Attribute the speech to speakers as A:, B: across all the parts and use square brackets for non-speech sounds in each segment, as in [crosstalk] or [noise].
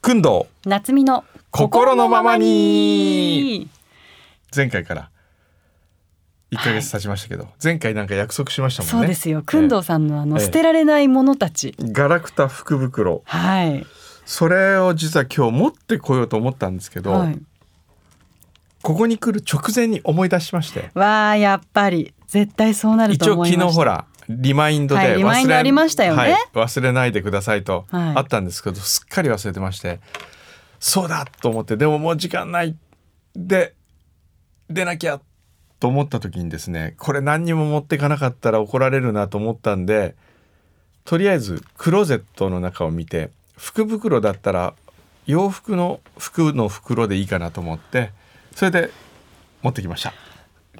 A: くんどう
B: 夏美の
A: 心のままに前回から1ヶ月経ちましたけど、前回なんか約束しましたもんね
B: そうですよ。くんどうさんのあの、
A: ええ
B: 捨てられないものたち。
A: ガラクタ福袋
B: はい。
A: それを実は今日持ってこようと思ったんですけど、
B: はい。
A: ここに来る直前に思い出しまして
B: わあ、やっぱり絶対そうなる
A: 一
B: と思
A: 応
B: いまし
A: 昨
B: た。
A: 日ほらリマインドで
B: はい
A: 忘れ,、
B: リマインドありましたよね
A: はい忘れないでくださいと
B: はい
A: あったんですけど、すっかり忘れてましてそうだと思ってでももう時間ないで出なきゃと思った時にですねこれ何にも持ってかなかったら怒られるなと思ったんでとりあえずクローゼットの中を見て福袋だったら洋服の服の袋でいいかなと思ってそれで持ってきました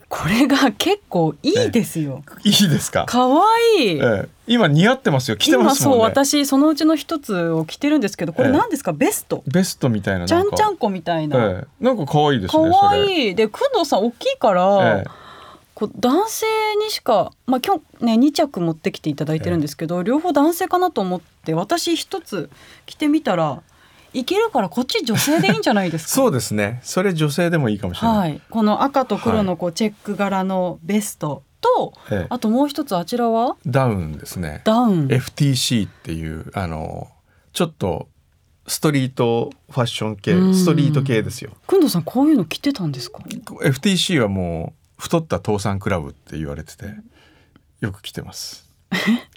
B: これが結構いいですよ。
A: いいですか
B: 可愛いい。
A: ええ、今似合ってますよ着てま
B: 今
A: すもん
B: そう
A: ね
B: 私そのうちの一つを着てるんですけどこれ
A: ええ
B: 何ですか、ベスト
A: ベストみたいな
B: ちゃ
A: なん
B: ん
A: か
B: ちゃんこみたいな
A: ええ、なんか可愛いです
B: 可
A: ね
B: 愛、いいで工藤さん大きいか
A: それ、
B: ら、
A: え
B: こう男性にしかまあ今日ね2着持ってきていただいてるんですけど、両方男性かなと思って私一つ着てみたらいけるからこっち女性でいいんじゃないで
A: え、
B: す
A: [laughs]
B: か
A: そうですねそれ女性でもいいかもしれない、
B: はいこの赤と黒のこうチェック柄のベストと、
A: ええ、
B: あともう一つあちらは
A: ダウンですね
B: ダウン
A: FTC っていうあのちょっとストリートファッション系
B: うん
A: ストリート系ですよ
B: 工藤さんこういうの着てたんですか
A: FTC はもう太った倒産クラブって言われててよく着てます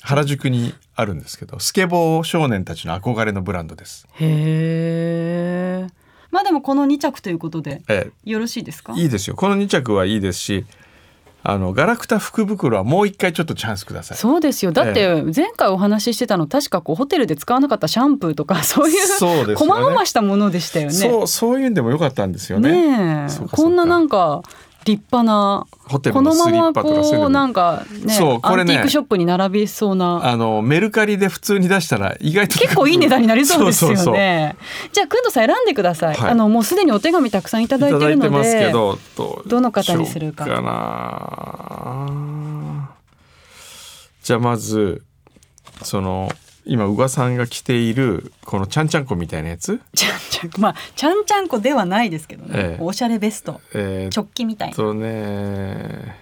A: 原宿にあるんですけどスケボー少年たちの憧れのブランドです、
B: へえ。まあでもこの2着ということで
A: ええ、
B: よろしいですか。
A: いいですよこの2着はいいですしあのガラクタ福袋はもう一回ちょっとチャンスください
B: そうですよだって前回お話ししてたの確かこうホテルで使わなかったシャンプーとか [laughs] そういう
A: そうです
B: 細
A: よね
B: 々したものでしたよね。
A: そうそういうんでもよかったんですよね
B: ねえ
A: そうかそうか
B: こんななんか立派な
A: ホテル
B: こ
A: の
B: の
A: ス
B: ま
A: リッ
B: ま
A: パとかそういうの
B: こう
A: も
B: なんかね
A: そう
B: ア
A: これ
B: ン
A: ね
B: ティークショップに並びそうな。
A: あのメルカリで普通に出したら意外と
B: 結構いい値段になりそうですよね。
A: そうそうそう
B: じゃあ、くんどさん選んでください,、
A: はい
B: あの、もうすでにお手紙たくさんいただい
A: いた
B: て
A: だ
B: る
A: いて
B: の
A: ますけ
B: で。
A: どどう
B: どの方にするか
A: しようなじゃあまずその今宇賀さんが着ているこのちゃんちゃんこみたいなやつ、
B: [laughs] ちゃんちゃんこ、まあ、ちゃんちゃんこではないですけどね。
A: ええ
B: おしゃれベスト。
A: えー
B: 直帰みたい
A: えっ
B: な。
A: とね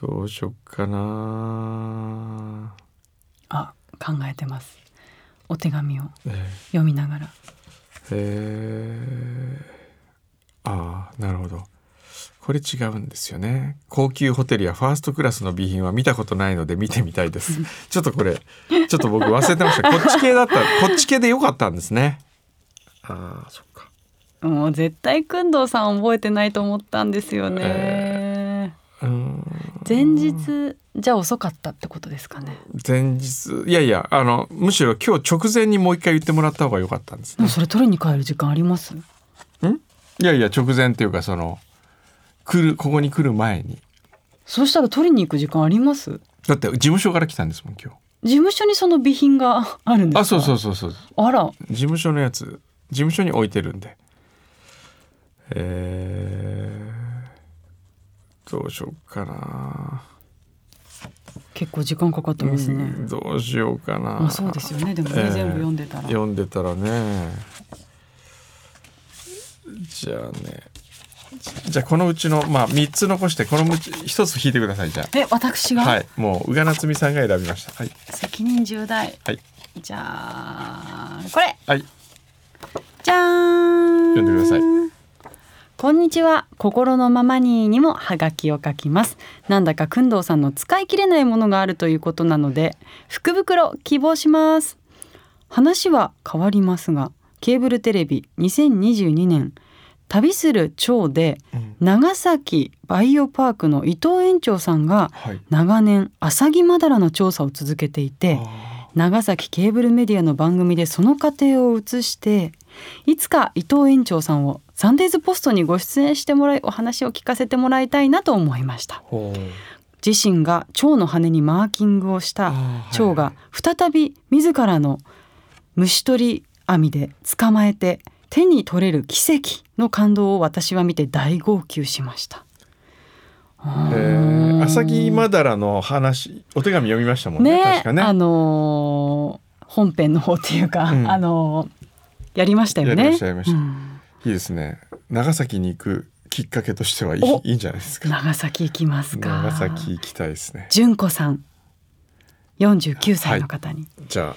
A: どうしよっかな、
B: あ、考えてます。お手紙を
A: えー
B: 読みながら。
A: えーああなるほどこれ違うんですよね高級ホテルやファーストクラスの備品は見たことないので見てみたいですちょっとこれちょっと僕忘れてましたこっち系だったこっち系でよかったんですねああそっか
B: もう絶対くんどうさん覚えてないと思ったんですよね。
A: うーん
B: 前日じゃ遅かったってことですかね。
A: 前日いやいやあのむしろ今日直前にもう一回言ってもらった方が良かったんです
B: で
A: ね
B: もそれ取りに帰る時間あります。
A: いやいや直前っていうかその来るここに来る前に
B: そうしたら取りに行く時間あります。
A: だって事務所から来たんですもん今
B: 事務所にその備品があるんです
A: 日
B: か。。
A: あそうそううそうそう
B: あら、
A: 事務所のやつ事務所に置いてるんでえー、どうしようかな
B: 結構時間かかってますね。
A: うんどうしようかな
B: まあそうですよね。でもね、
A: えー
B: 全部読んでたら。
A: 読んでたらねじゃあねじゃあこのうちのまあ3つ残してこのうち1つ引いてくださいじゃ
B: え、私
A: あ
B: が、
A: はいもう宇賀なつみさんが選びましたはい
B: 責任重大。
A: はい
B: じゃあこれ
A: はい
B: じゃーん
A: 読んでください
B: こんにちは心のままににもハガキを書きますなんだかくんどうさんの使い切れないものがあるということなので福袋希望します話は変わりますがケーブルテレビ2022年旅する蝶で
A: うん
B: 長崎バイオパークの伊藤園長さんが
A: はい
B: 長年アサギマダラの調査を続けていて、
A: あ
B: 長崎ケーブルメディアの番組でその過程を映していつか伊藤園長さんをサンデーズポストにご出演してもらいお話を聞かせてもらいたいなと思いました
A: ーほう
B: 自身が蝶の羽にマーキングをした
A: あー
B: 蝶が再び自らの虫取り網で捕まえて手に取れる奇跡の感動を私は見て大号泣しました。
A: えー、アサギマダラの話お手紙読みましたもんね
B: ね
A: 確かね
B: あのー本編の方っていうか、
A: うん
B: あのーやりましたよね。
A: やりましたやりました
B: うん
A: いいですね長崎に行くきっかけとしてはいい
B: お
A: いいんじゃないですか
B: 長崎行きますか。
A: 長崎行きたいですね
B: 純子さん、49歳の方に、
A: じゃあ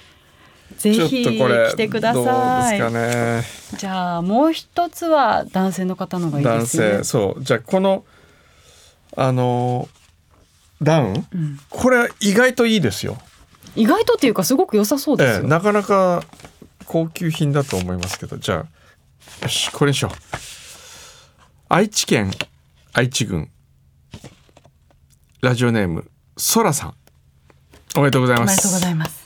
B: ぜ
A: ちょっ
B: ひ
A: とこれ
B: 来てください。
A: どうです
B: じゃあもう一つは男性の方の
A: かね
B: がいいで
A: 男
B: すね。
A: 性そうじゃあこのあのダウン
B: うん、
A: これ意外といいですよ
B: 意外とっていうかすごく良さそうです
A: え
B: よ。
A: え、なかなか高級品だと思いますけどじゃあよしこれにしよう愛知県愛知郡ラジオネームそらさんおめでとうござい
B: お
A: ま
B: めでとうござ
A: す
B: います。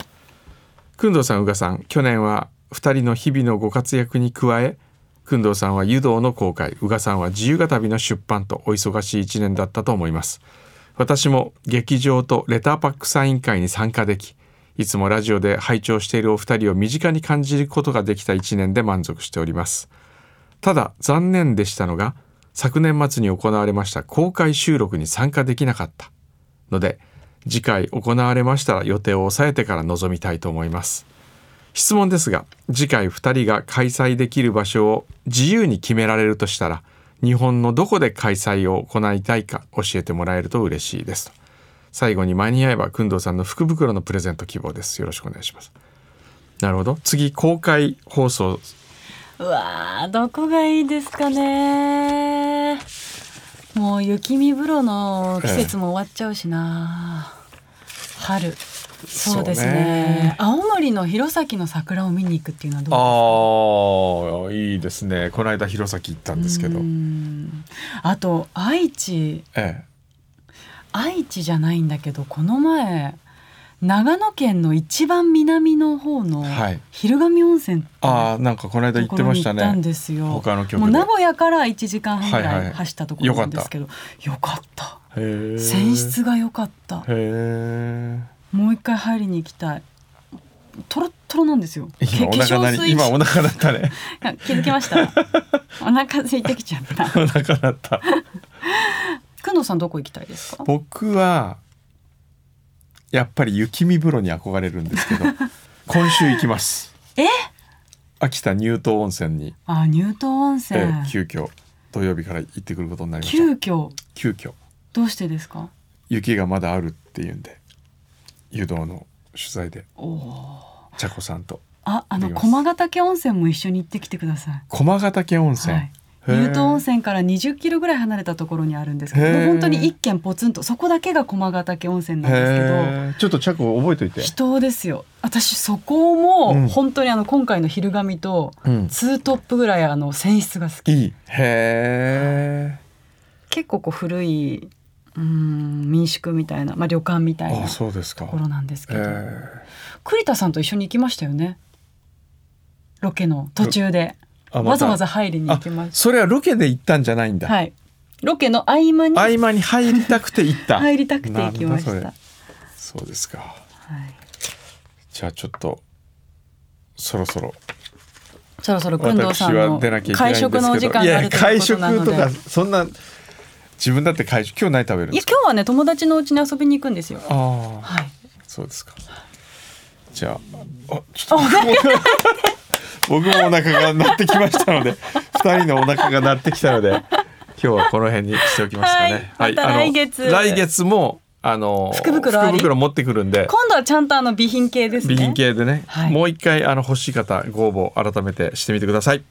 A: くんどうさんうがさん去年は2人の日々のご活躍に加えくんどうさんは湯道の公開うがさんは自由が旅の出版とお忙しい1年だったと思います私も劇場とレターパックサイン会に参加できいつもラジオで拝聴しているお二人を身近に感じることができた1年で満足しておりますただ残念でしたのが昨年末に行われました公開収録に参加できなかったので次回行われましたら予定を抑えてから臨みたいと思います質問ですが次回2人が開催できる場所を自由に決められるとしたら日本のどこで開催を行いたいか教えてもらえると嬉しいですと最後に間に合えば工藤さんの福袋のプレゼント希望ですよろしくお願いしますなるほど次公開放送
B: うわあどこがいいですかね。もう雪見風呂の季節も終わっちゃうしな。春。そうですね
A: そうね
B: 青森の弘前の桜を見に行くっていうのはどうですか。
A: ああいいですねこの間弘前行ったんですけど
B: うんあと愛知
A: え
B: 愛知じゃないんだけどこの前長野県の一番南の方の
A: はい
B: 昼神温泉って
A: えああなんかこの間
B: と
A: 行っ
B: こ
A: て
B: ろ
A: ま
B: に
A: し
B: 行
A: た
B: ったん
A: ね
B: ですよ。
A: 他の曲で
B: もう名古屋から1時間半ぐ
A: はい
B: ら
A: はい
B: い走ったところなんですけど、よかった
A: へえ
B: 泉質が良かった
A: へ
B: もう一回入りに行きたいトロットロなんですよ
A: え。今お腹なり、今お腹だったね。 [laughs]
B: あ気づきましたお腹空いてきちゃった
A: お腹だった。
B: くんのさんどこ行きたいですか
A: 僕は。やっぱり雪見風呂に憧れるんですけ
B: [laughs]
A: ど。今週行きます。
B: え。
A: 秋田乳頭温泉に、
B: あ乳頭温泉、
A: えー急遽。土曜日から行ってくることになりまし
B: 急
A: た。
B: 遽
A: 急遽。
B: どうしてですか
A: 雪がまだあるっていうんで。湯道の取材で、
B: おお
A: 茶子さんと。
B: ああの
A: 行きます
B: 駒ヶ岳温泉も一緒に行ってきてください
A: 駒ヶ岳温泉。
B: はい
A: へー
B: 乳頭温泉から20キロぐらい離れたところにあるんですけ
A: へ
B: ど
A: ー
B: 本当に一軒ポツンとそこだけが駒ヶ岳温泉なんです
A: へえ。ちょっと茶子覚えといて
B: けど。人ですよ私そこも、
A: うん
B: 本当にあの今回の昼髪と
A: うん。
B: ツートップぐらいあの泉質が好き
A: いい。へえ。
B: 結構こう古いうん民宿みたいな、まあ、旅館みたいな
A: あ、
B: と
A: そうですか。
B: ころなんですけど、
A: え
B: 栗田さんと一緒に行きましたよねロケの途中で
A: ーあまた
B: わざわざ入りに行きまし
A: それはロケで行ったんじゃないん
B: た
A: だ、
B: はいロケの合間に
A: 合間に入りたくて行っ [laughs] た
B: 入りたくて行きました
A: なんだ
B: は
A: それそうですか
B: い、
A: じゃあちょっとそろそろ
B: そろそろ工藤
A: 私
B: さん
A: は
B: の
A: 出なきゃいけないん
B: 会
A: ですけど
B: 食のお時間
A: い
B: があ
A: やいや
B: るという
A: 会
B: こと
A: 食
B: なので
A: と
B: いや
A: かそんな自分だって会食今日何食べるんですか
B: 今日はね友達のうちに遊びに行くんですよ
A: ああ
B: はい
A: そうですかじゃああちょっと僕も僕もお腹が鳴ってきましたので二人のお腹が鳴ってきたので今日はこの辺にしておきますかね。
B: はいまた
A: あの
B: 来月
A: 来月もあの
B: 福袋あり
A: 持ってくるんで
B: 今度はちゃんとあの備品系ですね
A: 備品系でね、
B: はい
A: もう一回あの欲しい方ご応募改めてしてみてください。